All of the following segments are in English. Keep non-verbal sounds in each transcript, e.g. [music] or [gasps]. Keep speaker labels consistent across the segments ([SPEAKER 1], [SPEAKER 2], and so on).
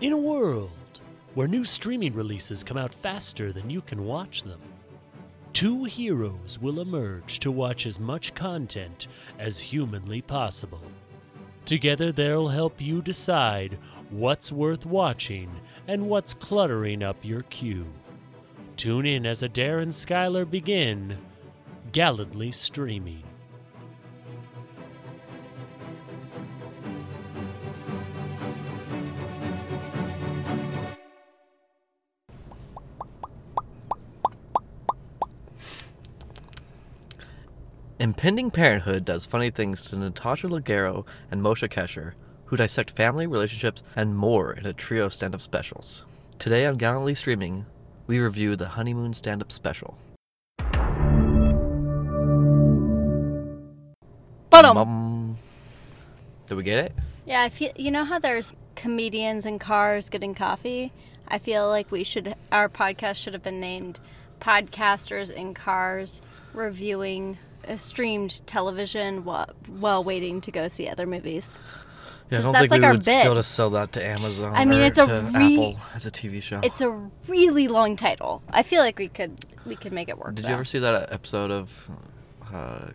[SPEAKER 1] In a world where new streaming releases come out faster than you can watch them, two heroes will emerge to watch as much content as humanly possible. Together, they'll help you decide what's worth watching and what's cluttering up your queue. Tune in as Adair and Skylar begin gallantly streaming.
[SPEAKER 2] Impending Parenthood does funny things to Natasha Leggero and Moshe Kesher, who dissect family, relationships, and more in a trio of stand up specials. Today on Gallantly Streaming, we review the Honeymoon stand up special.
[SPEAKER 3] But
[SPEAKER 2] Oh.
[SPEAKER 3] um,
[SPEAKER 2] Mum. Did we get it?
[SPEAKER 3] yeah, I feel you know how there's comedians in cars getting coffee. I feel like we should our podcast should have been named "Podcasters in Cars Reviewing uh, Streamed Television while, while Waiting to Go See Other Movies."
[SPEAKER 2] Yeah, I
[SPEAKER 3] 'Cause
[SPEAKER 2] don't
[SPEAKER 3] that's
[SPEAKER 2] think
[SPEAKER 3] like
[SPEAKER 2] we
[SPEAKER 3] our
[SPEAKER 2] would
[SPEAKER 3] bit.
[SPEAKER 2] be able to sell that to Amazon
[SPEAKER 3] I mean,
[SPEAKER 2] or
[SPEAKER 3] it's a
[SPEAKER 2] to
[SPEAKER 3] re-
[SPEAKER 2] Apple as a TV show.
[SPEAKER 3] It's a really long title. I feel like we could we could make it work.
[SPEAKER 2] Did
[SPEAKER 3] though.
[SPEAKER 2] you ever see that episode of uh,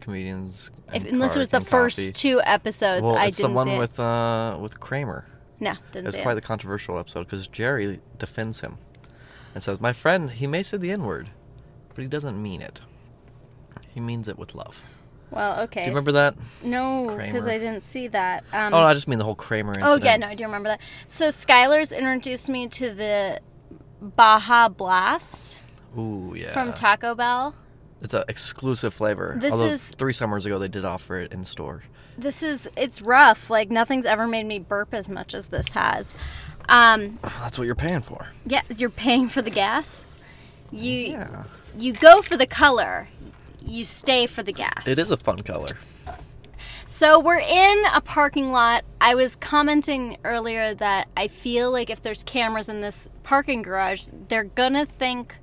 [SPEAKER 2] Comedians?
[SPEAKER 3] If,
[SPEAKER 2] and
[SPEAKER 3] unless it
[SPEAKER 2] Car
[SPEAKER 3] was the
[SPEAKER 2] and
[SPEAKER 3] first
[SPEAKER 2] Coffee?
[SPEAKER 3] two episodes,
[SPEAKER 2] well,
[SPEAKER 3] I
[SPEAKER 2] it's
[SPEAKER 3] didn't
[SPEAKER 2] the one
[SPEAKER 3] see it.
[SPEAKER 2] with uh, with Kramer.
[SPEAKER 3] no, didn't
[SPEAKER 2] It's
[SPEAKER 3] see
[SPEAKER 2] quite
[SPEAKER 3] it.
[SPEAKER 2] the controversial episode because Jerry defends him and says, "My friend, he may say the N word, but he doesn't mean it. He means it with love."
[SPEAKER 3] Well, okay.
[SPEAKER 2] Do you remember that?
[SPEAKER 3] so- no, because
[SPEAKER 2] Kramer?
[SPEAKER 3] I didn't see that. Um,
[SPEAKER 2] oh, no, I just mean the whole Kramer incident.
[SPEAKER 3] Oh yeah, no, I do remember that. So Skylar's introduced me to the Baja Blast
[SPEAKER 2] Ooh, yeah.
[SPEAKER 3] from Taco Bell.
[SPEAKER 2] it's an exclusive flavor.
[SPEAKER 3] This
[SPEAKER 2] Although
[SPEAKER 3] is-
[SPEAKER 2] three summers ago they did offer it in store.
[SPEAKER 3] This is it's rough. Like nothing's ever made me burp as much as this has. Um,
[SPEAKER 2] [sighs] That's what you're paying for.
[SPEAKER 3] yeah, you're paying for the gas. You
[SPEAKER 2] Yeah.
[SPEAKER 3] you go for the color. You stay for the gas.
[SPEAKER 2] It is a fun color.
[SPEAKER 3] So we're in a parking lot. I was commenting earlier that I feel like if there's cameras in this parking garage, they're gonna think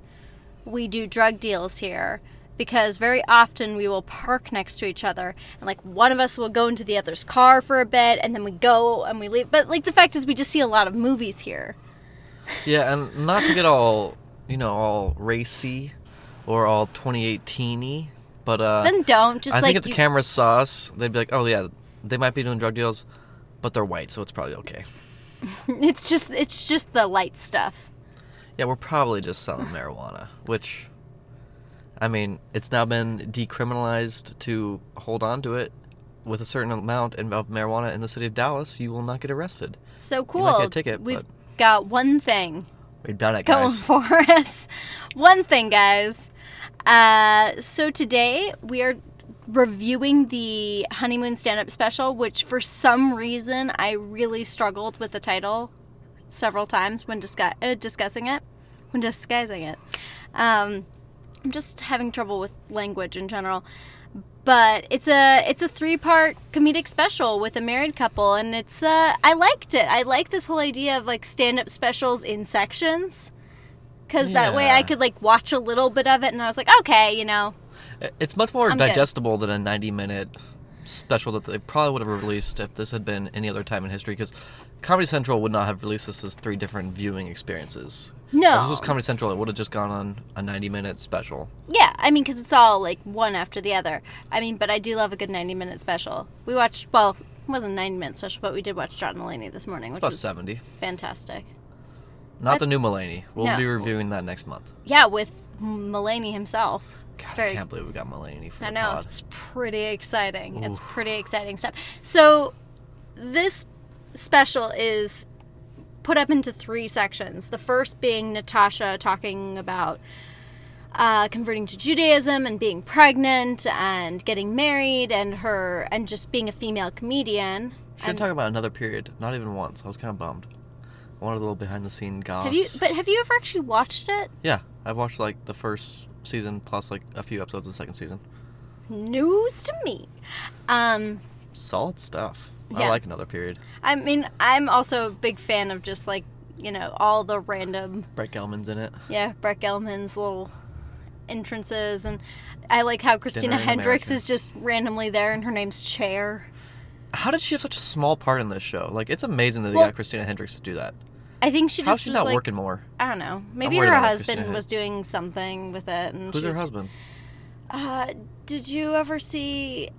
[SPEAKER 3] we do drug deals here because very often we will park next to each other and like one of us will go into the other's car for a bit and then we go and we leave. But like the fact is we just see a lot of movies here.
[SPEAKER 2] Yeah, and not to get all you know all racy or all 2018y, but uh,
[SPEAKER 3] Then don't just
[SPEAKER 2] I
[SPEAKER 3] like
[SPEAKER 2] think if the
[SPEAKER 3] you-
[SPEAKER 2] cameras saw us, they'd be like, "Oh yeah, they might be doing drug deals, but they're white, so it's probably okay."
[SPEAKER 3] [laughs] it's just it's just the light stuff.
[SPEAKER 2] Yeah, we're probably just selling marijuana, which, I mean, it's now been decriminalized to hold on to it with a certain amount in- of marijuana in the city of Dallas. You will not get arrested.
[SPEAKER 3] So
[SPEAKER 2] You might
[SPEAKER 3] cool.
[SPEAKER 2] get a ticket,
[SPEAKER 3] We've
[SPEAKER 2] but-
[SPEAKER 3] got one thing.
[SPEAKER 2] We've done it,
[SPEAKER 3] going
[SPEAKER 2] guys.
[SPEAKER 3] [laughs] for us. One thing, guys. Uh, so today we are reviewing the honeymoon stand-up special, which for some reason I really struggled with the title several times when discuss- uh, discussing it, when disguising it. Um, I'm just having trouble with language in general. But it's a it's a three part comedic special with a married couple, and it's uh, I liked it. I like this whole idea of like stand up specials in sections, because that way I
[SPEAKER 2] Yeah.
[SPEAKER 3] could like watch a little bit of it, and I was like, okay, you know,
[SPEAKER 2] I- It's much more
[SPEAKER 3] I'm good.
[SPEAKER 2] digestible than a 90 minute special that they probably would have released if this had been any other time in history because Comedy Central would not have released this as three different viewing experiences. If
[SPEAKER 3] no,
[SPEAKER 2] this was Comedy Central, it would have just gone on a 90 minute special.
[SPEAKER 3] yeah. I mean, because it's all like one after the other. I mean, but I do love a good ninety minute special. We watched well, it wasn't a ninety minute special, but we did watch John Mulaney this morning, which
[SPEAKER 2] About
[SPEAKER 3] was
[SPEAKER 2] 70.
[SPEAKER 3] fantastic.
[SPEAKER 2] Not
[SPEAKER 3] But-
[SPEAKER 2] the new Mulaney. We'll
[SPEAKER 3] No.
[SPEAKER 2] be reviewing that next month.
[SPEAKER 3] Yeah, with Mulaney himself. It's
[SPEAKER 2] God, I
[SPEAKER 3] very
[SPEAKER 2] can't believe we got Mulaney for
[SPEAKER 3] I
[SPEAKER 2] the
[SPEAKER 3] know
[SPEAKER 2] pod.
[SPEAKER 3] it's pretty exciting. It's pretty exciting stuff. So this special is put up into three sections. The first being Natasha talking about uh, converting to Judaism and being pregnant and getting married and her and just being a female comedian.
[SPEAKER 2] Should
[SPEAKER 3] And
[SPEAKER 2] talk about another period. Not even once. I was kind of bummed. I wanted a little behind the scene goss.
[SPEAKER 3] have you? But have you ever actually watched it?
[SPEAKER 2] yeah, I've watched like the first season plus like a few episodes of the second season.
[SPEAKER 3] News to me. Um,
[SPEAKER 2] Solid stuff. I
[SPEAKER 3] Yeah.
[SPEAKER 2] like another period.
[SPEAKER 3] I mean, I'm also a big fan of just like you know all the random
[SPEAKER 2] Brett Gelman's in it.
[SPEAKER 3] Yeah, Brett Gelman's little entrances, and I like how Christina
[SPEAKER 2] Dinner in
[SPEAKER 3] Hendricks
[SPEAKER 2] America.
[SPEAKER 3] is just randomly there, and her name's Chair.
[SPEAKER 2] How did she have such a small part in this show? Like, it's amazing that they
[SPEAKER 3] Well-
[SPEAKER 2] got Christina Hendricks to do that.
[SPEAKER 3] I think she
[SPEAKER 2] How's
[SPEAKER 3] just
[SPEAKER 2] she
[SPEAKER 3] was
[SPEAKER 2] not
[SPEAKER 3] like, oh,
[SPEAKER 2] working more?
[SPEAKER 3] I don't know. Maybe
[SPEAKER 2] worried
[SPEAKER 3] her
[SPEAKER 2] about
[SPEAKER 3] husband
[SPEAKER 2] Christina.
[SPEAKER 3] was doing something with it. And
[SPEAKER 2] Who's
[SPEAKER 3] she,
[SPEAKER 2] her husband?
[SPEAKER 3] Uh, did you ever see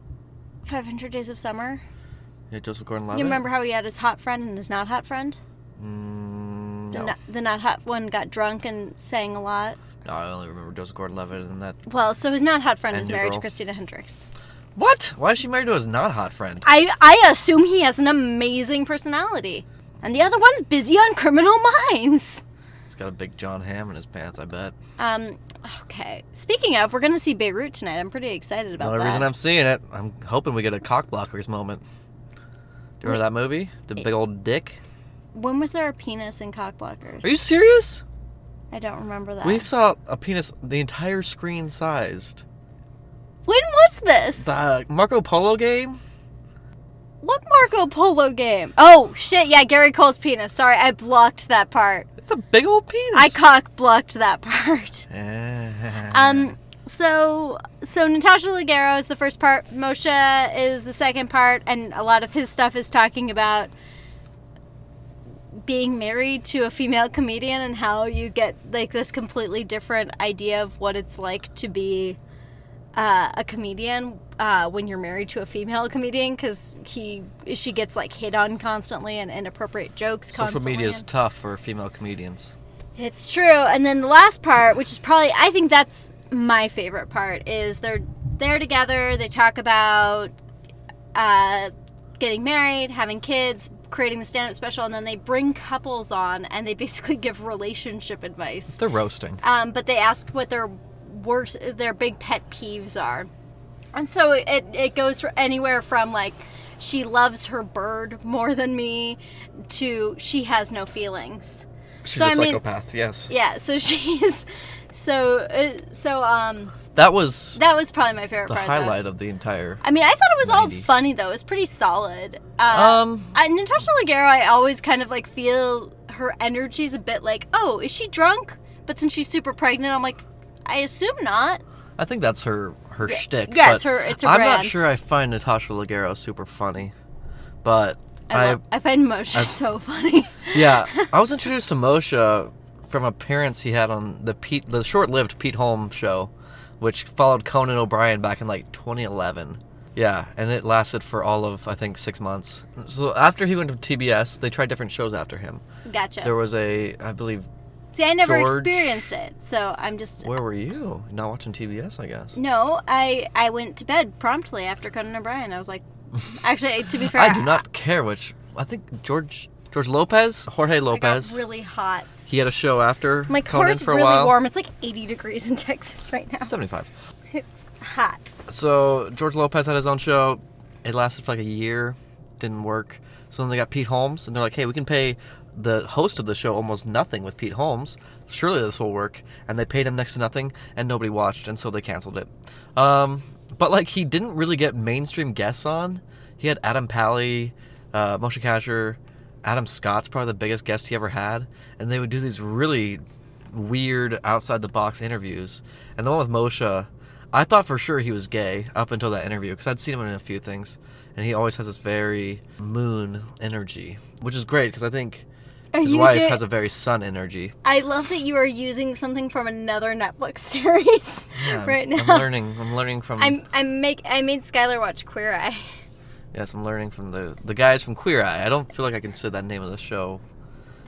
[SPEAKER 3] 500 Days of Summer?
[SPEAKER 2] Yeah, Joseph Gordon-Levitt.
[SPEAKER 3] You remember how he had his hot friend and his not hot friend?
[SPEAKER 2] Mm,
[SPEAKER 3] The,
[SPEAKER 2] no.
[SPEAKER 3] not, the not hot one got drunk and sang a lot.
[SPEAKER 2] no, I only remember Joseph Gordon-Levitt and that.
[SPEAKER 3] Well, so his not hot friend
[SPEAKER 2] And
[SPEAKER 3] is
[SPEAKER 2] New
[SPEAKER 3] married
[SPEAKER 2] Girl.
[SPEAKER 3] to Christina Hendricks.
[SPEAKER 2] What? Why is she married to his not hot friend?
[SPEAKER 3] I, I assume he has an amazing personality. And the other one's busy on criminal minds.
[SPEAKER 2] He's got a big John Ham in his pants. I bet.
[SPEAKER 3] Um, okay. Speaking of, we're going to see Beirut tonight. I'm pretty excited
[SPEAKER 2] The
[SPEAKER 3] about
[SPEAKER 2] only
[SPEAKER 3] that.
[SPEAKER 2] reason I'm seeing it, I'm hoping we get a cock blockers moment. Do you remember that movie? The big old dick?
[SPEAKER 3] when was there a penis in Cockblockers?
[SPEAKER 2] Are you serious?
[SPEAKER 3] I don't remember that.
[SPEAKER 2] We saw a penis the entire screen sized.
[SPEAKER 3] when was this?
[SPEAKER 2] The Marco Polo game?
[SPEAKER 3] What Marco Polo game? Oh shit! Yeah, Gary Cole's penis. Sorry, I blocked that part.
[SPEAKER 2] It's a big old penis.
[SPEAKER 3] I cock blocked that [laughs] part.
[SPEAKER 2] Um,
[SPEAKER 3] Um. So so Natasha Leggero is the first part. Moshe is the second part, and a lot of his stuff is talking about being married to a female comedian and how you get like this completely different idea of what it's like to be uh, a comedian uh, when you're married to a female comedian because he she gets like hit on constantly and inappropriate jokes.
[SPEAKER 2] Social
[SPEAKER 3] constantly
[SPEAKER 2] media is
[SPEAKER 3] and-
[SPEAKER 2] tough for female comedians.
[SPEAKER 3] it's true. And then the last part, which is probably I think that's my favorite part, is they're they're together, they talk about uh, getting married, having kids, creating the stand up special, and then they bring couples on and they basically [laughs] give relationship advice.
[SPEAKER 2] They're roasting.
[SPEAKER 3] Um, but they ask what their worst their big pet peeves are. And so it, it goes for anywhere from like she loves her bird more than me to she has no feelings.
[SPEAKER 2] She's
[SPEAKER 3] So,
[SPEAKER 2] a
[SPEAKER 3] I mean-
[SPEAKER 2] psychopath, yes.
[SPEAKER 3] Yeah, so [laughs] she's so uh, so um
[SPEAKER 2] That was
[SPEAKER 3] that was probably my favorite
[SPEAKER 2] the
[SPEAKER 3] part.
[SPEAKER 2] highlight
[SPEAKER 3] Though.
[SPEAKER 2] of the entire.
[SPEAKER 3] I mean, I thought it was
[SPEAKER 2] 90.
[SPEAKER 3] all funny though. It was pretty solid. Uh,
[SPEAKER 2] Um,
[SPEAKER 3] I, Natasha Leggero, I always kind of like feel her energy's a bit like, oh, is she drunk? But since she's super pregnant, I'm like, I assume not.
[SPEAKER 2] I think that's her her shtick.
[SPEAKER 3] yeah,
[SPEAKER 2] but
[SPEAKER 3] it's her- it's her
[SPEAKER 2] I'm not
[SPEAKER 3] brand.
[SPEAKER 2] sure I find Natasha Leggero super funny, but
[SPEAKER 3] I,
[SPEAKER 2] I,
[SPEAKER 3] love- I find Moshe
[SPEAKER 2] I've-
[SPEAKER 3] [laughs] so funny. [laughs]
[SPEAKER 2] yeah I was introduced to Moshe from appearance he had on the Pete the short-lived Pete Holmes show, which followed Conan O'Brien back in like 2011. Yeah, and it lasted for all of I think six months. So after he went to TBS, they tried different shows after him.
[SPEAKER 3] gotcha.
[SPEAKER 2] There was a I believe
[SPEAKER 3] See, I never
[SPEAKER 2] George-
[SPEAKER 3] experienced it, so I'm just
[SPEAKER 2] where were you? Not watching TBS, I guess.
[SPEAKER 3] no. I I went to bed promptly after Conan O'Brien. I
[SPEAKER 2] [laughs]
[SPEAKER 3] was like, actually, to be fair,
[SPEAKER 2] I do not care which. I think George George Lopez, Jorge
[SPEAKER 3] I got
[SPEAKER 2] Lopez.
[SPEAKER 3] really hot.
[SPEAKER 2] He had a show after
[SPEAKER 3] My
[SPEAKER 2] Conan
[SPEAKER 3] car's
[SPEAKER 2] for a
[SPEAKER 3] really
[SPEAKER 2] while.
[SPEAKER 3] warm. It's like 80 degrees in [laughs] Texas right now.
[SPEAKER 2] It's 75.
[SPEAKER 3] It's hot.
[SPEAKER 2] So George Lopez had his own show. It lasted for like a year. Didn't work. So then they got Pete Holmes, and they're like, "Hey, we can pay the host of the show almost nothing with Pete Holmes. Surely this will work." And they paid him next to nothing, and nobody watched, and so they canceled it. Um, but like, he didn't really get mainstream guests on. He had Adam Pally, uh, Moshe Kasher, Adam Scott's probably the biggest guest he ever had, and they would do these really weird outside the box interviews. And the one with Moshe, I thought for sure he was gay up until that interview because I'd seen him in a few things, and he always has this very moon energy, which is great because I think
[SPEAKER 3] Are
[SPEAKER 2] his
[SPEAKER 3] you
[SPEAKER 2] wife
[SPEAKER 3] doing-
[SPEAKER 2] has a very sun energy.
[SPEAKER 3] I love that you are using something from another Netflix [laughs] series
[SPEAKER 2] Yeah, I'm-
[SPEAKER 3] right
[SPEAKER 2] Um, I'm
[SPEAKER 3] now.
[SPEAKER 2] learning. I'm learning from.
[SPEAKER 3] I'm I'm make I made Skylar watch Queer Eye.
[SPEAKER 2] Yes, I'm learning from the the guys from Queer Eye. I don't feel like I can say that name of the show.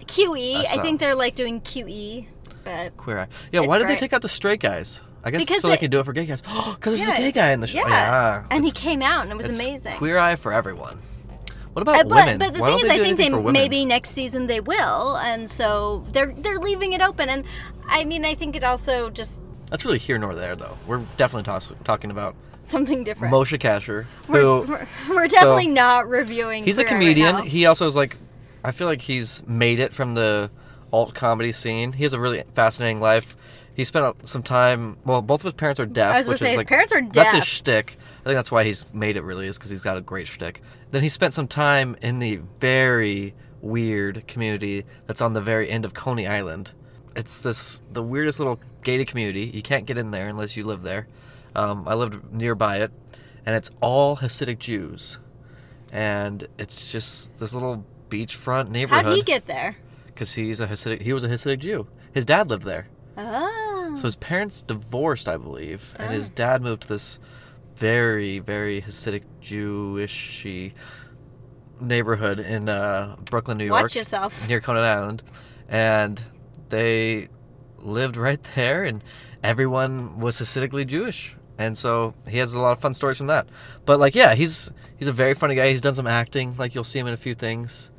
[SPEAKER 3] QE.
[SPEAKER 2] That's
[SPEAKER 3] E, I
[SPEAKER 2] not-
[SPEAKER 3] think they're like doing QE, but
[SPEAKER 2] Queer Eye. Yeah,
[SPEAKER 3] It's
[SPEAKER 2] why did they
[SPEAKER 3] great.
[SPEAKER 2] take out the straight guys? I guess
[SPEAKER 3] Because
[SPEAKER 2] so they,
[SPEAKER 3] they-
[SPEAKER 2] can do it for gay guys. [gasps] Because there's
[SPEAKER 3] Yeah,
[SPEAKER 2] a gay guy in the show.
[SPEAKER 3] yeah. and he
[SPEAKER 2] it's-
[SPEAKER 3] came out and it was
[SPEAKER 2] it's
[SPEAKER 3] amazing.
[SPEAKER 2] Queer Eye for everyone. What about
[SPEAKER 3] Uh,
[SPEAKER 2] women?
[SPEAKER 3] but, but the
[SPEAKER 2] Why
[SPEAKER 3] thing
[SPEAKER 2] don't
[SPEAKER 3] is,
[SPEAKER 2] they
[SPEAKER 3] I
[SPEAKER 2] do
[SPEAKER 3] think
[SPEAKER 2] anything
[SPEAKER 3] they
[SPEAKER 2] for women?
[SPEAKER 3] maybe next season they will, and so they're they're leaving it open. And I mean, I think it also just
[SPEAKER 2] That's really here nor there, though. We're definitely toss- talking about
[SPEAKER 3] something different.
[SPEAKER 2] Moshe Kasher,
[SPEAKER 3] we're,
[SPEAKER 2] who
[SPEAKER 3] we're, we're definitely not reviewing.
[SPEAKER 2] he's a
[SPEAKER 3] Queer Eye right
[SPEAKER 2] comedian.
[SPEAKER 3] now.
[SPEAKER 2] he also is like, I feel like he's made it from the alt comedy scene. He has a really fascinating life. He spent uh, some time. Well, both of his parents are deaf.
[SPEAKER 3] I was gonna
[SPEAKER 2] which
[SPEAKER 3] say,
[SPEAKER 2] is
[SPEAKER 3] his
[SPEAKER 2] like,
[SPEAKER 3] parents are
[SPEAKER 2] That's his
[SPEAKER 3] deaf.
[SPEAKER 2] shtick. I think that's why he's made it. Really, is because he's got a great shtick. Then he spent some time in the very weird community that's on the very end of Coney Island. It's this the weirdest little gated community. You can't get in there unless you live there. Um, I lived nearby it, and it's all Hasidic Jews and it's just this little beachfront
[SPEAKER 3] How'd he
[SPEAKER 2] neighborhood
[SPEAKER 3] get there?
[SPEAKER 2] because he's a Hasidic. He was a Hasidic Jew. His dad lived there,
[SPEAKER 3] Oh.
[SPEAKER 2] so his parents divorced, I believe, and
[SPEAKER 3] Ah.
[SPEAKER 2] his dad moved to this very, very Hasidic Jewishy neighborhood in uh, Brooklyn, New York
[SPEAKER 3] Watch yourself.
[SPEAKER 2] near Coney Island, and they lived right there, and everyone was Hasidically Jewish, and so he has a lot of fun stories from that. But like, yeah, he's he's a very funny guy. He's done some acting, like you'll see him in a few things,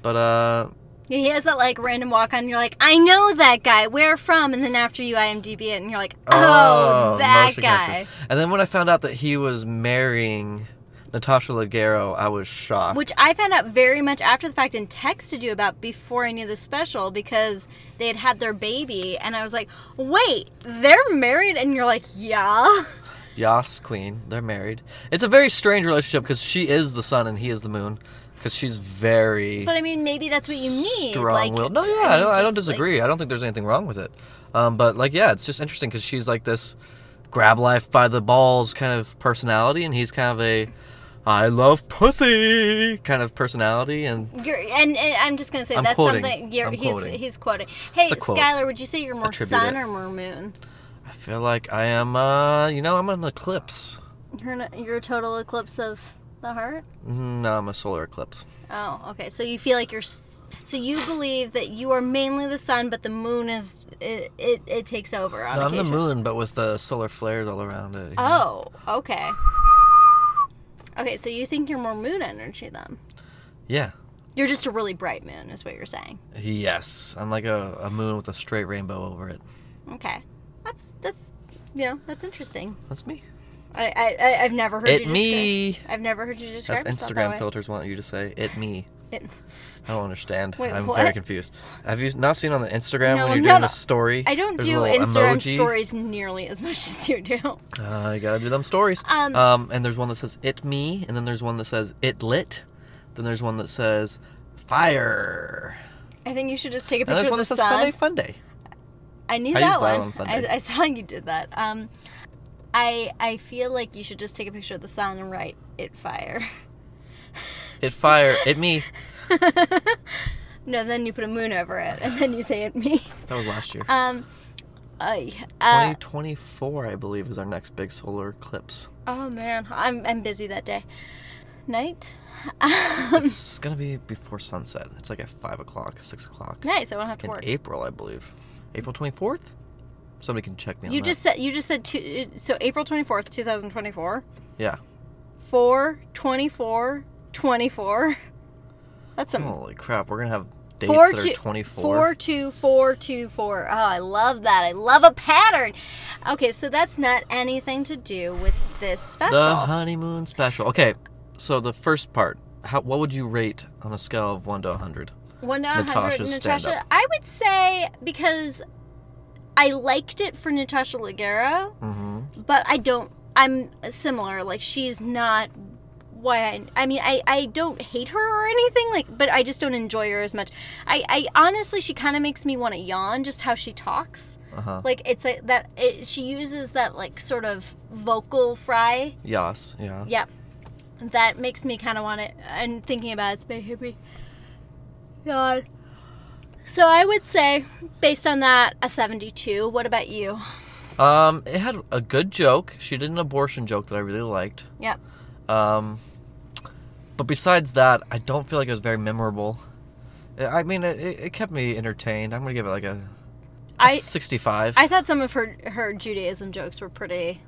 [SPEAKER 2] but uh,
[SPEAKER 3] Yeah, He has that like random walk on. You're like, I know that guy. Where from? And then after you IMDb it, and you're like, Oh, that
[SPEAKER 2] Moshe
[SPEAKER 3] guy.
[SPEAKER 2] Kasher. And then when I found out that he was marrying Natasha Leggero, I was shocked.
[SPEAKER 3] Which I found out very much after the fact and texted you about before I knew the special because they had had their baby, and I was like, Wait, they're married? And you're like, Yeah.
[SPEAKER 2] [laughs] Yas Queen, they're married. It's a very strange relationship because she is the sun and he is the moon. Because she's very.
[SPEAKER 3] But I mean, maybe that's what you need. like,
[SPEAKER 2] strong-willed. No, yeah, I,
[SPEAKER 3] mean,
[SPEAKER 2] don't, I don't
[SPEAKER 3] just, like-
[SPEAKER 2] disagree. I don't think there's anything wrong with it. Um, but like, yeah, it's just interesting because she's like this grab life by the balls kind of personality, and he's kind of a I love pussy kind of personality. And
[SPEAKER 3] You're, and, and I'm just gonna say
[SPEAKER 2] I'm
[SPEAKER 3] that's
[SPEAKER 2] quoting.
[SPEAKER 3] something you're,
[SPEAKER 2] I'm
[SPEAKER 3] he's
[SPEAKER 2] quoting.
[SPEAKER 3] he's quoting. Hey,
[SPEAKER 2] It's a quote.
[SPEAKER 3] Skylar, would you say you're more
[SPEAKER 2] Attribute
[SPEAKER 3] sun
[SPEAKER 2] it.
[SPEAKER 3] or more moon?
[SPEAKER 2] I feel like I am, uh, you know, I'm an eclipse.
[SPEAKER 3] You're an, you're a total eclipse of the heart.
[SPEAKER 2] Mm, No, I'm a solar eclipse.
[SPEAKER 3] Oh, okay. So you feel like you're s- so you believe that you are mainly the sun, but the moon is it it, it takes over on
[SPEAKER 2] No, I'm the
[SPEAKER 3] occasion.
[SPEAKER 2] moon, but with the solar flares all around it. you know?
[SPEAKER 3] Oh, okay. Okay, so you think you're more moon energy then?
[SPEAKER 2] Yeah.
[SPEAKER 3] You're just a really bright moon, is what you're saying.
[SPEAKER 2] Yes, I'm like a, a moon with a straight rainbow over it.
[SPEAKER 3] Okay, that's that's you know that's interesting.
[SPEAKER 2] That's me.
[SPEAKER 3] I I- I I've never heard
[SPEAKER 2] It
[SPEAKER 3] you describe-
[SPEAKER 2] me.
[SPEAKER 3] I've never heard you describe
[SPEAKER 2] That's
[SPEAKER 3] yourself that
[SPEAKER 2] Instagram
[SPEAKER 3] way.
[SPEAKER 2] filters want you to say it me.
[SPEAKER 3] It-
[SPEAKER 2] I don't understand.
[SPEAKER 3] Wait,
[SPEAKER 2] I'm
[SPEAKER 3] what?
[SPEAKER 2] very confused. Have you not seen on the Instagram
[SPEAKER 3] No,
[SPEAKER 2] when you're
[SPEAKER 3] no,
[SPEAKER 2] doing
[SPEAKER 3] no.
[SPEAKER 2] a story?
[SPEAKER 3] I don't
[SPEAKER 2] there's a
[SPEAKER 3] do
[SPEAKER 2] little
[SPEAKER 3] Instagram
[SPEAKER 2] emoji?
[SPEAKER 3] stories nearly as much [laughs] as you do.
[SPEAKER 2] Uh, you gotta do them stories.
[SPEAKER 3] Um,
[SPEAKER 2] Um, and there's one that says it me, and then there's one that says it lit, then there's one that says fire,
[SPEAKER 3] I think you should just take a
[SPEAKER 2] and
[SPEAKER 3] picture
[SPEAKER 2] there's
[SPEAKER 3] of
[SPEAKER 2] one
[SPEAKER 3] the
[SPEAKER 2] that says
[SPEAKER 3] sun.
[SPEAKER 2] Sunday Fun Day.
[SPEAKER 3] I knew
[SPEAKER 2] I
[SPEAKER 3] that
[SPEAKER 2] used that
[SPEAKER 3] one.
[SPEAKER 2] on Sunday.
[SPEAKER 3] I, I saw you did that. Um, I I feel like you should just take a picture of the sun and write "it fire." [laughs]
[SPEAKER 2] It fire, it me.
[SPEAKER 3] No, then you put a moon over it, and then you say "it me."
[SPEAKER 2] That was last year.
[SPEAKER 3] Um, I, uh,
[SPEAKER 2] 2024, I believe, is our next big solar
[SPEAKER 3] [laughs]
[SPEAKER 2] eclipse.
[SPEAKER 3] oh man, I'm I'm busy that day. Night.
[SPEAKER 2] It's gonna be before sunset. It's like at five o'clock, six o'clock
[SPEAKER 3] Nice. I won't have to
[SPEAKER 2] in
[SPEAKER 3] work.
[SPEAKER 2] April, I believe. April 24th. Somebody can check me on
[SPEAKER 3] You
[SPEAKER 2] that.
[SPEAKER 3] just said you just said two, so April twenty fourth, two thousand twenty four.
[SPEAKER 2] yeah.
[SPEAKER 3] 4, 24, 24. That's some
[SPEAKER 2] Holy crap, we're gonna have dates
[SPEAKER 3] Four
[SPEAKER 2] that
[SPEAKER 3] two-
[SPEAKER 2] are 24.
[SPEAKER 3] four two four two four. Oh, I love that. I love a pattern. Okay, so that's not anything to do with this special.
[SPEAKER 2] the honeymoon special. Okay, so the first part. How, what would you rate on a scale of 1 to 100?
[SPEAKER 3] One to a hundred,
[SPEAKER 2] Natasha's
[SPEAKER 3] Natasha.
[SPEAKER 2] stand-up.
[SPEAKER 3] I would say because I liked it for Natasha Leggero,
[SPEAKER 2] Mm-hmm.
[SPEAKER 3] but I don't. I'm similar. Like she's not. Why I, I mean I, I don't hate her or anything like but I just don't enjoy her as much. I, I honestly she kind of makes me want to yawn just how she talks.
[SPEAKER 2] Uh huh.
[SPEAKER 3] Like it's a, that it, she uses that like sort of vocal fry.
[SPEAKER 2] Yas, yeah.
[SPEAKER 3] Yep. That makes me kind of want to. And thinking about it, it's making me yawn. So I would say, based on that, a 72. What about you?
[SPEAKER 2] Um, it had a good joke. She did an abortion joke that I really liked.
[SPEAKER 3] Yep.
[SPEAKER 2] Um, but besides that, I don't feel like it was very memorable. I- I mean, it, it it kept me entertained. I'm gonna give it like a a
[SPEAKER 3] I
[SPEAKER 2] 65.
[SPEAKER 3] I thought some of her her Judaism jokes were pretty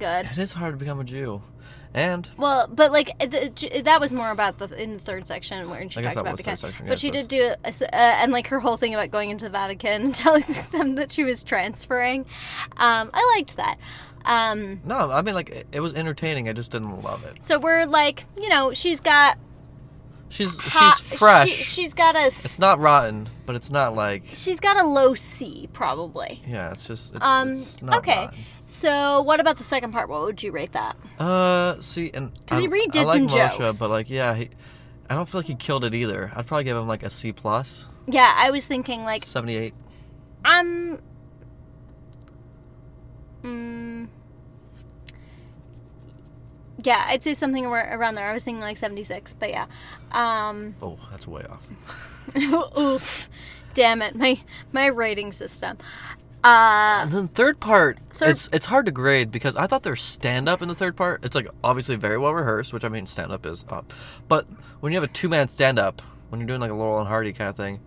[SPEAKER 3] good.
[SPEAKER 2] it is hard to become a Jew, and
[SPEAKER 3] Well, but like the, Ju- that was more about the in the third section where she
[SPEAKER 2] I guess
[SPEAKER 3] talked
[SPEAKER 2] that
[SPEAKER 3] about
[SPEAKER 2] was third
[SPEAKER 3] becoming.
[SPEAKER 2] section,
[SPEAKER 3] but
[SPEAKER 2] yeah,
[SPEAKER 3] she
[SPEAKER 2] so-
[SPEAKER 3] did do a s uh, and like her whole thing about going into the Vatican [laughs] and telling them that she was transferring. Um, I liked that. Um,
[SPEAKER 2] no, I mean like it, it was entertaining. I just didn't love it.
[SPEAKER 3] so we're like, you know, she's got
[SPEAKER 2] She's
[SPEAKER 3] hot-
[SPEAKER 2] she's fresh.
[SPEAKER 3] She, she's got a s-
[SPEAKER 2] it's not rotten, but it's not like
[SPEAKER 3] she's got a low C probably.
[SPEAKER 2] yeah. It's just it's,
[SPEAKER 3] Um,
[SPEAKER 2] it's not
[SPEAKER 3] okay.
[SPEAKER 2] rotten.
[SPEAKER 3] So what about the second part? What would you rate that?
[SPEAKER 2] Uh, see, and
[SPEAKER 3] 'Cause
[SPEAKER 2] I-
[SPEAKER 3] he redid
[SPEAKER 2] I like
[SPEAKER 3] some
[SPEAKER 2] Moshe,
[SPEAKER 3] jokes.
[SPEAKER 2] but like yeah, he, I don't feel like he killed it either. I'd probably give him like a C plus,
[SPEAKER 3] Yeah, I was thinking like
[SPEAKER 2] 78.
[SPEAKER 3] I'm. Mm, yeah, I'd say something ar- around there. I was thinking like 76, but yeah. Um, [laughs]
[SPEAKER 2] Oh, that's way off.
[SPEAKER 3] oof. Damn it. My my rating system. Uh
[SPEAKER 2] And then third part,
[SPEAKER 3] Third-
[SPEAKER 2] it's it's hard to grade because I thought there's stand up in the third part. It's like obviously very well rehearsed, which I mean stand up is up, but when you have a two man stand up, when you're doing like a Laurel and Hardy kind of thing,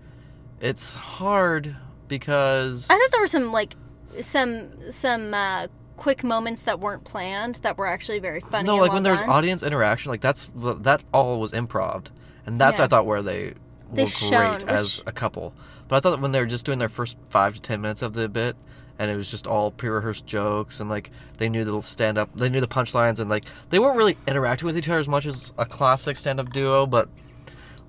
[SPEAKER 2] it's hard because
[SPEAKER 3] I thought there were some like some some uh quick moments that weren't planned that were actually very funny.
[SPEAKER 2] no,
[SPEAKER 3] and
[SPEAKER 2] like
[SPEAKER 3] well
[SPEAKER 2] when there's
[SPEAKER 3] done.
[SPEAKER 2] audience interaction, like that's that all was improv, and that's
[SPEAKER 3] Yeah.
[SPEAKER 2] I thought where they
[SPEAKER 3] They
[SPEAKER 2] were
[SPEAKER 3] shone,
[SPEAKER 2] great as
[SPEAKER 3] which-
[SPEAKER 2] a couple. But I thought when they were just doing their first five to ten minutes of the bit, and it was just all pre-rehearsed jokes, and like they knew the stand up, they knew the punchlines, and like they weren't really interacting with each other as much as a classic stand up duo, but.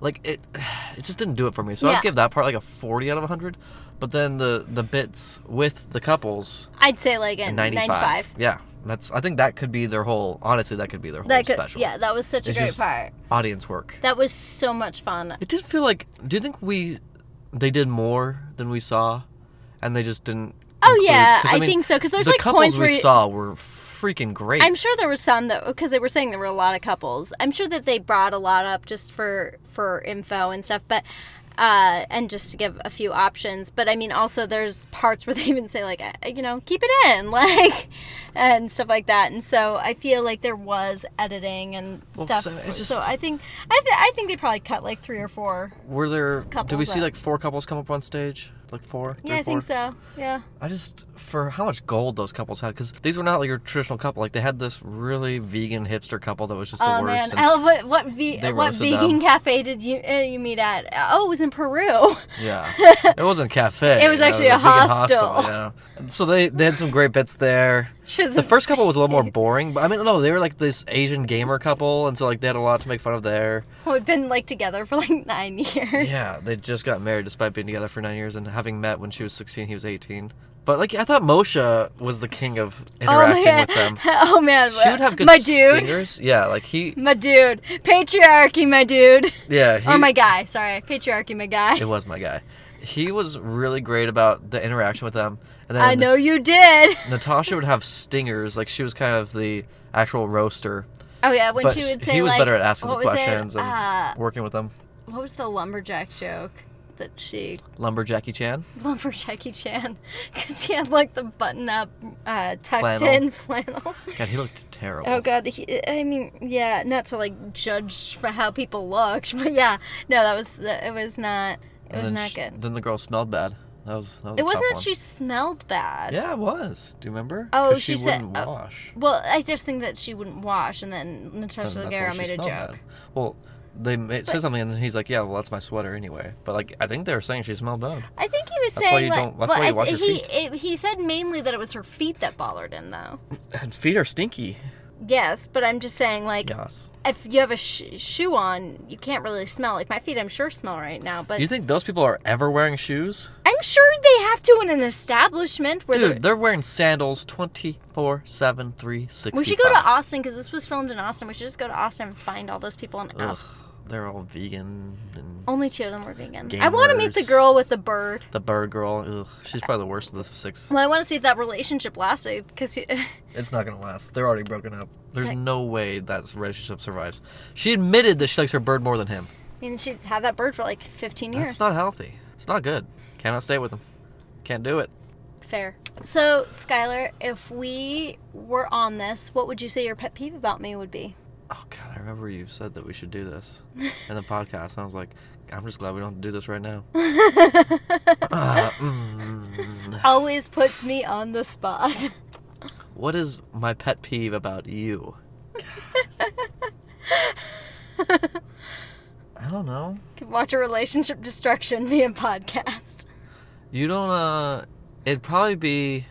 [SPEAKER 2] Like it, [sighs] it just didn't do it for me. So
[SPEAKER 3] Yeah.
[SPEAKER 2] I'd give that part like a forty out of hundred, but then the the bits with the couples,
[SPEAKER 3] I'd say like in
[SPEAKER 2] and
[SPEAKER 3] 95.
[SPEAKER 2] 95. Yeah, that's. I think that could be their whole. Honestly, that could be their whole
[SPEAKER 3] That could,
[SPEAKER 2] special.
[SPEAKER 3] yeah, that was such
[SPEAKER 2] It's
[SPEAKER 3] a great
[SPEAKER 2] just-
[SPEAKER 3] part.
[SPEAKER 2] Audience work.
[SPEAKER 3] That was so much fun.
[SPEAKER 2] It did feel like. Do you think we, they did more than we saw, and they just didn't.
[SPEAKER 3] Oh
[SPEAKER 2] include-
[SPEAKER 3] yeah,
[SPEAKER 2] 'cause,
[SPEAKER 3] I,
[SPEAKER 2] mean,
[SPEAKER 3] think so because there's
[SPEAKER 2] the
[SPEAKER 3] like
[SPEAKER 2] couples
[SPEAKER 3] points
[SPEAKER 2] we
[SPEAKER 3] where you-
[SPEAKER 2] saw were freaking great.
[SPEAKER 3] I'm sure there was some that because they were saying there were a lot of couples. I'm sure that they brought a lot up just for for info and stuff, but uh, and just to give a few options. But I mean, also there's parts where [laughs] they even say like uh, you know keep it in [laughs] like and stuff like that. And so I feel like there was editing and
[SPEAKER 2] Well,
[SPEAKER 3] stuff.
[SPEAKER 2] so
[SPEAKER 3] So,
[SPEAKER 2] it's just-
[SPEAKER 3] I think I th- I think they probably cut like three or four.
[SPEAKER 2] Were there? Did we
[SPEAKER 3] couples
[SPEAKER 2] see
[SPEAKER 3] up.
[SPEAKER 2] like four couples come up on stage? Like four? three,
[SPEAKER 3] Yeah, I think
[SPEAKER 2] four?
[SPEAKER 3] so. Yeah,
[SPEAKER 2] I just for how much gold those couples had because these were not like your traditional couple. Like they had this really vegan hipster couple that was just the
[SPEAKER 3] oh man,
[SPEAKER 2] worst. and-
[SPEAKER 3] I, what what, ve-
[SPEAKER 2] they
[SPEAKER 3] what
[SPEAKER 2] roasted
[SPEAKER 3] vegan
[SPEAKER 2] them.
[SPEAKER 3] cafe did you uh, you meet at? Oh, it was in Peru. [laughs]
[SPEAKER 2] Yeah, it wasn't a cafe.
[SPEAKER 3] It
[SPEAKER 2] you
[SPEAKER 3] was
[SPEAKER 2] know,
[SPEAKER 3] actually a
[SPEAKER 2] vegan
[SPEAKER 3] hostel.
[SPEAKER 2] yeah. So they they had some great bits
[SPEAKER 3] [laughs]
[SPEAKER 2] there.
[SPEAKER 3] She was
[SPEAKER 2] The first couple was a little more boring, but I mean, no, they were like this Asian gamer couple, and so like they had a lot to make fun of there.
[SPEAKER 3] who had been like together for like nine [laughs] years.
[SPEAKER 2] Yeah, they just got married despite being together for nine years and having met when she was sixteen, he was eighteen. But like, I thought Moshe was the king of interacting
[SPEAKER 3] man.
[SPEAKER 2] with
[SPEAKER 3] [laughs]
[SPEAKER 2] them.
[SPEAKER 3] Oh man,
[SPEAKER 2] She would have good
[SPEAKER 3] Oh, my dude,
[SPEAKER 2] stingers. Yeah, like he.
[SPEAKER 3] my dude, patriarchy, my dude,
[SPEAKER 2] Yeah. He,
[SPEAKER 3] or Oh, my guy. Sorry, patriarchy, my guy.
[SPEAKER 2] It was my guy. He was really great about the interaction with them, and then
[SPEAKER 3] I know you did. [laughs]
[SPEAKER 2] Natasha would have stingers. Like she was kind of the actual roaster.
[SPEAKER 3] Oh yeah, when
[SPEAKER 2] but
[SPEAKER 3] she would
[SPEAKER 2] sh-
[SPEAKER 3] say
[SPEAKER 2] he was
[SPEAKER 3] like,
[SPEAKER 2] better at asking the
[SPEAKER 3] what was it?
[SPEAKER 2] questions and
[SPEAKER 3] Uh,
[SPEAKER 2] working with them.
[SPEAKER 3] what was the lumberjack joke that she
[SPEAKER 2] Lumberjacky Chan.
[SPEAKER 3] lumberjacky Chan? [laughs] Because he had like the button up, uh, tucked
[SPEAKER 2] Flannel.
[SPEAKER 3] in flannel.
[SPEAKER 2] God, he looked terrible.
[SPEAKER 3] Oh god, he, I mean, yeah, not to like judge for how people looked, [laughs] but yeah, no, that was it was not it
[SPEAKER 2] And
[SPEAKER 3] was
[SPEAKER 2] then
[SPEAKER 3] not
[SPEAKER 2] sh-
[SPEAKER 3] good.
[SPEAKER 2] Then the girl smelled bad. That was. That was a
[SPEAKER 3] It wasn't
[SPEAKER 2] tough
[SPEAKER 3] that she smelled
[SPEAKER 2] One.
[SPEAKER 3] bad.
[SPEAKER 2] Yeah, it was. Do you remember?
[SPEAKER 3] Oh,
[SPEAKER 2] 'Cause
[SPEAKER 3] she
[SPEAKER 2] she,
[SPEAKER 3] said-
[SPEAKER 2] wouldn't
[SPEAKER 3] oh,
[SPEAKER 2] wash.
[SPEAKER 3] Well, I just think that she wouldn't wash, and then Natasha
[SPEAKER 2] Then that's why
[SPEAKER 3] Leggero
[SPEAKER 2] she
[SPEAKER 3] made a joke.
[SPEAKER 2] smelled bad. Well, they made, said something, and then he's like, "Yeah, well, that's my sweater anyway." But like, I think they were saying she smelled bad.
[SPEAKER 3] I think he was
[SPEAKER 2] That's why
[SPEAKER 3] saying
[SPEAKER 2] you
[SPEAKER 3] like,
[SPEAKER 2] don't- that's
[SPEAKER 3] well,
[SPEAKER 2] why you
[SPEAKER 3] I-
[SPEAKER 2] wash your
[SPEAKER 3] he
[SPEAKER 2] feet.
[SPEAKER 3] it, he said mainly that it was her feet that bothered him, though.
[SPEAKER 2] And feet are stinky.
[SPEAKER 3] Yes, but I'm just saying like,
[SPEAKER 2] Yes.
[SPEAKER 3] if you have a sh- shoe on, you can't really smell. Like my feet, I'm sure smell right now, but
[SPEAKER 2] You think those people are ever wearing shoes?
[SPEAKER 3] I'm sure they have to in an establishment where they're-
[SPEAKER 2] Dude, they're wearing sandals 24 7 365.
[SPEAKER 3] we should go to Austin because this was filmed in Austin. We should just go to Austin and find all those people and ask.
[SPEAKER 2] They're all vegan and
[SPEAKER 3] Only two of them were vegan. I want to meet the
[SPEAKER 2] Gamers.
[SPEAKER 3] girl with the bird.
[SPEAKER 2] the bird girl. Ugh, she's probably the worst of the six.
[SPEAKER 3] Well, I want to see if that relationship lasted because [laughs]
[SPEAKER 2] It's not gonna last. They're already broken up. There's no way that relationship survives. She admitted that she likes her bird more than him.
[SPEAKER 3] I mean, she's had that bird for like 15 years.
[SPEAKER 2] That's not healthy. It's not good. Cannot stay with him. Can't do it.
[SPEAKER 3] fair. So, Skylar, if we were on this, what would you say your pet peeve about me would be?
[SPEAKER 2] Oh god, I remember you said that we should do this in
[SPEAKER 3] [laughs]
[SPEAKER 2] the podcast, and I was like, I'm just glad we don't have to do this right now. Ah, mm.
[SPEAKER 3] Always puts me on the spot. [laughs]
[SPEAKER 2] What is my pet peeve about you? I don't know.
[SPEAKER 3] Could Watch a relationship destruction via podcast.
[SPEAKER 2] You don't. Uh, it'd probably be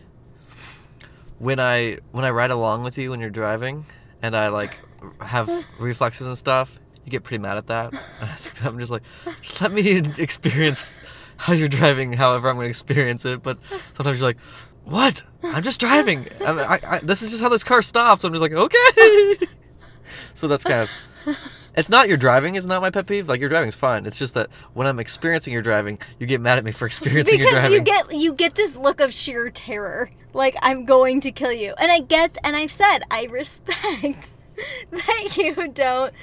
[SPEAKER 2] when I when I ride along with you when you're driving, and I like
[SPEAKER 3] [laughs]
[SPEAKER 2] have reflexes and stuff. You get pretty mad at that. [laughs] I think I'm just like, just let me [laughs] experience how you're driving. However, I'm gonna experience it. But sometimes you're like, what? I'm just driving. I, I, I, this is just how this car stops. I'm just like, okay. [laughs] so that's kind of It's not your driving is not my pet peeve. Like your driving's fine. It's just that when I'm experiencing your driving, you get mad at me for [laughs] experiencing your
[SPEAKER 3] Because
[SPEAKER 2] driving.
[SPEAKER 3] you get you get this look of sheer terror, like I'm going to kill you, and I get, and I've said I respect [laughs] that you don't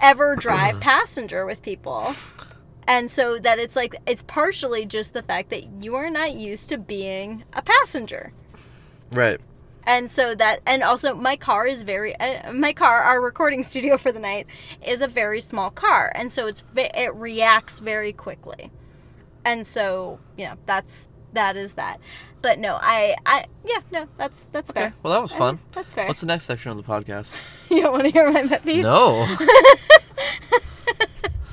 [SPEAKER 3] ever drive passenger with people. And so that it's like, it's partially just the fact that you are not used to being a passenger.
[SPEAKER 2] Right.
[SPEAKER 3] And so that, and also my car is very, uh, my car, our recording [laughs] studio for the night is a very small car. And so it's, ve- it reacts very quickly. And so, you know, that's, that is that. But no, I, I, yeah, no, that's, that's fair.
[SPEAKER 2] Well, that was fun.
[SPEAKER 3] That's fair.
[SPEAKER 2] What's the next section of the podcast?
[SPEAKER 3] [laughs] you don't want to hear my pet peeve? [laughs]
[SPEAKER 2] No.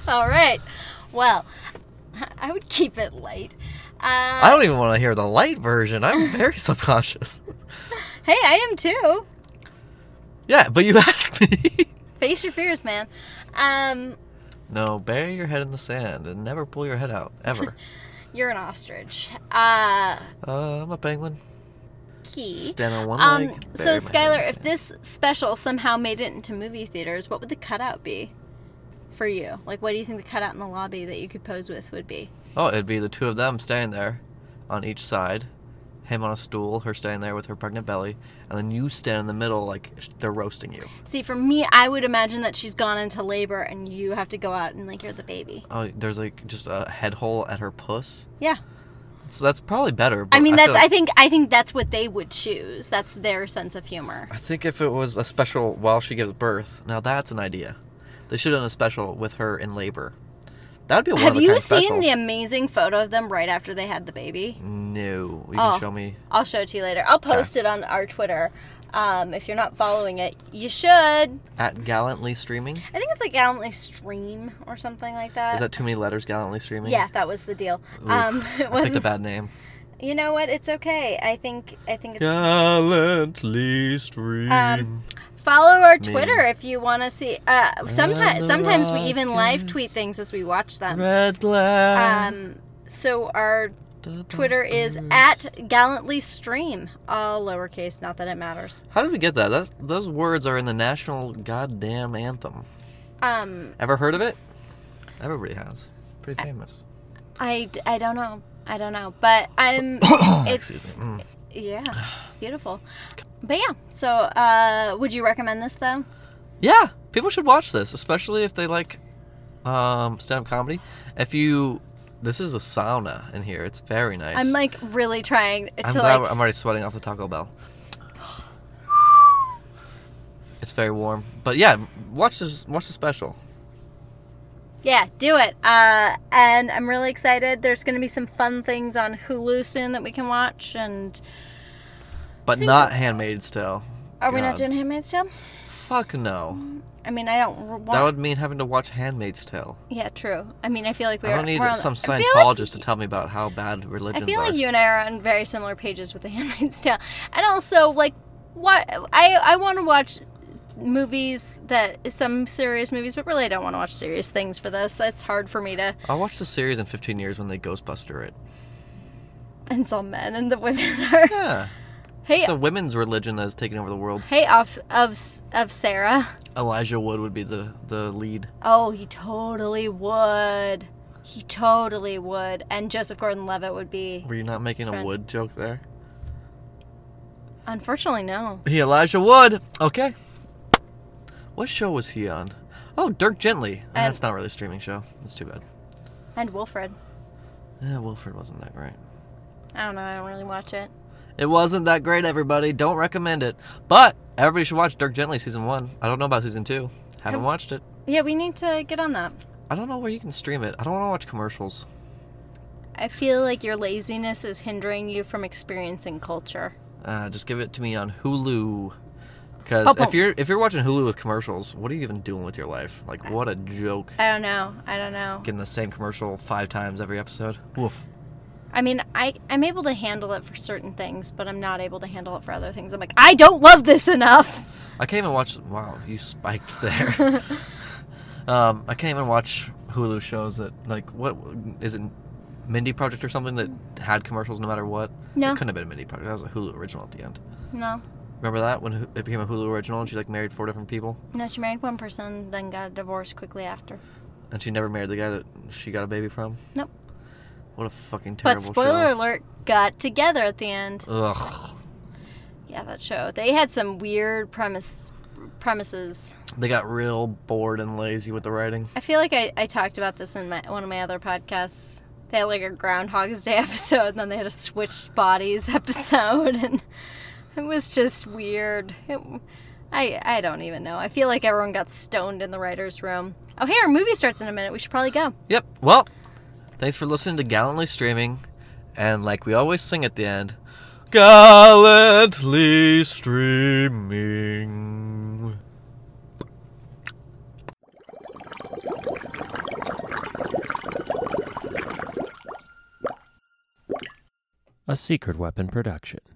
[SPEAKER 3] All right. Well, [laughs] I would keep it light. Uh,
[SPEAKER 2] I don't even want to hear the light version. I'm very [laughs] subconscious.
[SPEAKER 3] hey, I am too.
[SPEAKER 2] Yeah, but you [laughs] asked me.
[SPEAKER 3] Face your fears, man. Um,
[SPEAKER 2] No, bury your head in the sand and never pull your head out,
[SPEAKER 3] [laughs]
[SPEAKER 2] ever.
[SPEAKER 3] you're an ostrich. Uh,
[SPEAKER 2] uh, I'm a penguin.
[SPEAKER 3] key.
[SPEAKER 2] Stand on one
[SPEAKER 3] Um,
[SPEAKER 2] leg.
[SPEAKER 3] so
[SPEAKER 2] bury my head in
[SPEAKER 3] Skylar,
[SPEAKER 2] the
[SPEAKER 3] if
[SPEAKER 2] sand.
[SPEAKER 3] this special somehow made it into movie theaters, what would the cutout be for you? Like, what do you think the cutout in the lobby that you could pose with would be?
[SPEAKER 2] Oh, it'd be the two of them standing there on each side. Him on a stool, her standing there with her pregnant belly, and then you stand in the middle like sh- they're roasting you.
[SPEAKER 3] See, for me, I would imagine that she's gone into labor and you have to go out and like you're the baby.
[SPEAKER 2] Oh, there's like just a head hole at her puss.
[SPEAKER 3] Yeah.
[SPEAKER 2] So that's probably better. But
[SPEAKER 3] I mean, that's
[SPEAKER 2] feel
[SPEAKER 3] I
[SPEAKER 2] like-
[SPEAKER 3] think I think that's what they would choose. That's their sense of humor.
[SPEAKER 2] I think if it was a special while she gives birth, now that's an idea. They should have done a special with her in labor. That would be a one
[SPEAKER 3] Have
[SPEAKER 2] of a
[SPEAKER 3] you
[SPEAKER 2] kind
[SPEAKER 3] seen
[SPEAKER 2] special.
[SPEAKER 3] the amazing photo of them right after they had the baby?
[SPEAKER 2] No, you
[SPEAKER 3] Oh.
[SPEAKER 2] can show me.
[SPEAKER 3] I'll show it to you later. I'll post it on our Twitter. Um, if you're not following it, you should. I
[SPEAKER 2] At gallantly streaming.
[SPEAKER 3] think it's like gallantly stream or something like that.
[SPEAKER 2] Is that too many letters? Gallantly streaming.
[SPEAKER 3] Uh, yeah, that was the deal.
[SPEAKER 2] Oof.
[SPEAKER 3] Um, [laughs] it
[SPEAKER 2] I picked a
[SPEAKER 3] wasn't,
[SPEAKER 2] bad name.
[SPEAKER 3] you know what? It's okay. I think I think it's
[SPEAKER 2] Gallantly stream.
[SPEAKER 3] Um, follow our
[SPEAKER 2] Me.
[SPEAKER 3] Twitter if you want to see. Uh, sometimes
[SPEAKER 2] the
[SPEAKER 3] sometimes we even live tweet
[SPEAKER 2] Rockies.
[SPEAKER 3] things as we watch them.
[SPEAKER 2] Red glare.
[SPEAKER 3] Um, so our
[SPEAKER 2] Da-
[SPEAKER 3] Twitter is
[SPEAKER 2] da-
[SPEAKER 3] at gallantly stream, all lowercase. Not that it matters.
[SPEAKER 2] How did we get that? That's, those words are in the national goddamn anthem.
[SPEAKER 3] Um,
[SPEAKER 2] Ever heard of it? Everybody has.
[SPEAKER 3] Uh,
[SPEAKER 2] Pretty famous.
[SPEAKER 3] I, d- I don't know, I don't know, but I'm. it's
[SPEAKER 2] [coughs] Excuse me. Mm.
[SPEAKER 3] yeah, beautiful. But yeah, so uh, would you recommend this though?
[SPEAKER 2] Yeah, people should watch this, especially if they like um, stand-up comedy. If you, this is a sauna in here. It's very nice.
[SPEAKER 3] I'm like really trying to
[SPEAKER 2] I'm glad
[SPEAKER 3] like.
[SPEAKER 2] I'm already sweating off the Taco Bell. It's very warm, but yeah, watch this. Watch the special.
[SPEAKER 3] Yeah, do it. Uh, and I'm really excited. There's going to be some fun things on Hulu soon that we can watch. And
[SPEAKER 2] But not handmade still.
[SPEAKER 3] are we not
[SPEAKER 2] God.
[SPEAKER 3] doing Handmaid's Tale?
[SPEAKER 2] Fuck no.
[SPEAKER 3] I mean, I don't r- want.
[SPEAKER 2] That would mean having to watch Handmaid's Tale.
[SPEAKER 3] yeah, true. I mean, I feel like we
[SPEAKER 2] I
[SPEAKER 3] are-
[SPEAKER 2] don't need
[SPEAKER 3] we're on-
[SPEAKER 2] some
[SPEAKER 3] I feel like-
[SPEAKER 2] Scientologist to tell me about how bad
[SPEAKER 3] I
[SPEAKER 2] religions
[SPEAKER 3] feel
[SPEAKER 2] are.
[SPEAKER 3] like you and I are on very similar pages with The [laughs] Handmaid's Tale, and also like what I I want to watch movies that some serious movies, but really I don't want to watch serious things for this. It's hard for me to. [laughs]
[SPEAKER 2] I'll watch the series in 15 years when they Ghostbuster it.
[SPEAKER 3] And it's all men, and the women [laughs] are.
[SPEAKER 2] Yeah,
[SPEAKER 3] Hey,
[SPEAKER 2] it's a women's religion that is taking over the world.
[SPEAKER 3] hey, off of of Sarah.
[SPEAKER 2] Elijah Wood would be the the lead.
[SPEAKER 3] Oh, he totally would. He totally would. And Joseph Gordon-Levitt would be.
[SPEAKER 2] Were you not making a
[SPEAKER 3] Friend.
[SPEAKER 2] Wood joke there?
[SPEAKER 3] Unfortunately, no.
[SPEAKER 2] He Elijah Wood. Okay. What show was he on? Oh, Dirk Gently. Ah,
[SPEAKER 3] And-
[SPEAKER 2] That's not really a streaming show. That's too bad.
[SPEAKER 3] And Wilfred.
[SPEAKER 2] Yeah, Wilfred wasn't that great.
[SPEAKER 3] I don't know. I don't really watch it.
[SPEAKER 2] It wasn't that great, everybody. Don't recommend it. But everybody should watch Dirk Gently season one. I don't know about season two. Haven't
[SPEAKER 3] Have-
[SPEAKER 2] watched it.
[SPEAKER 3] Yeah, we need to get on that.
[SPEAKER 2] I don't know where you can stream it. I don't want to watch commercials.
[SPEAKER 3] I feel like your laziness is hindering you from experiencing culture.
[SPEAKER 2] Uh, just give it to me on Hulu. Because
[SPEAKER 3] Boom, boom.
[SPEAKER 2] if you're if you're watching Hulu with commercials, what are you even doing with your life? Like, what a joke!
[SPEAKER 3] I don't know. I don't know.
[SPEAKER 2] Getting the same commercial five times every episode. Woof.
[SPEAKER 3] I mean, I, I'm able to handle it for certain things, but I'm not able to handle it for other things. I'm like, I don't love this enough.
[SPEAKER 2] I can't even watch. Wow, you spiked [laughs]
[SPEAKER 3] [laughs]
[SPEAKER 2] there. um, I can't even watch Hulu shows that like what is it, Mindy Project or something that had commercials no matter what.
[SPEAKER 3] No.
[SPEAKER 2] it couldn't have been Mindy Project. That was a Hulu original at the end.
[SPEAKER 3] No.
[SPEAKER 2] Remember that when it became a Hulu original and she like married four different people
[SPEAKER 3] No, she married one person, then got divorced quickly after.
[SPEAKER 2] and she never married the guy that she got a baby from.
[SPEAKER 3] Nope.
[SPEAKER 2] What a fucking terrible
[SPEAKER 3] But spoiler
[SPEAKER 2] show.
[SPEAKER 3] alert, got together at the end.
[SPEAKER 2] Ugh.
[SPEAKER 3] Yeah, that show. They had some weird premise premises.
[SPEAKER 2] They got real bored and lazy with the writing.
[SPEAKER 3] I feel like I, I talked about this in my, one of my other podcasts. They had like a Groundhog's Day [laughs] episode, and then they had a Switched Bodies [laughs] episode, and it was just weird. It, I, I don't even know. I feel like everyone got stoned in the writer's room. Oh, hey, our movie starts in a minute. We should probably go.
[SPEAKER 2] Yep. Well, thanks for listening to Gallantly Streaming. And like we always sing at the end, Gallantly Streaming.
[SPEAKER 4] A Secret Weapon production.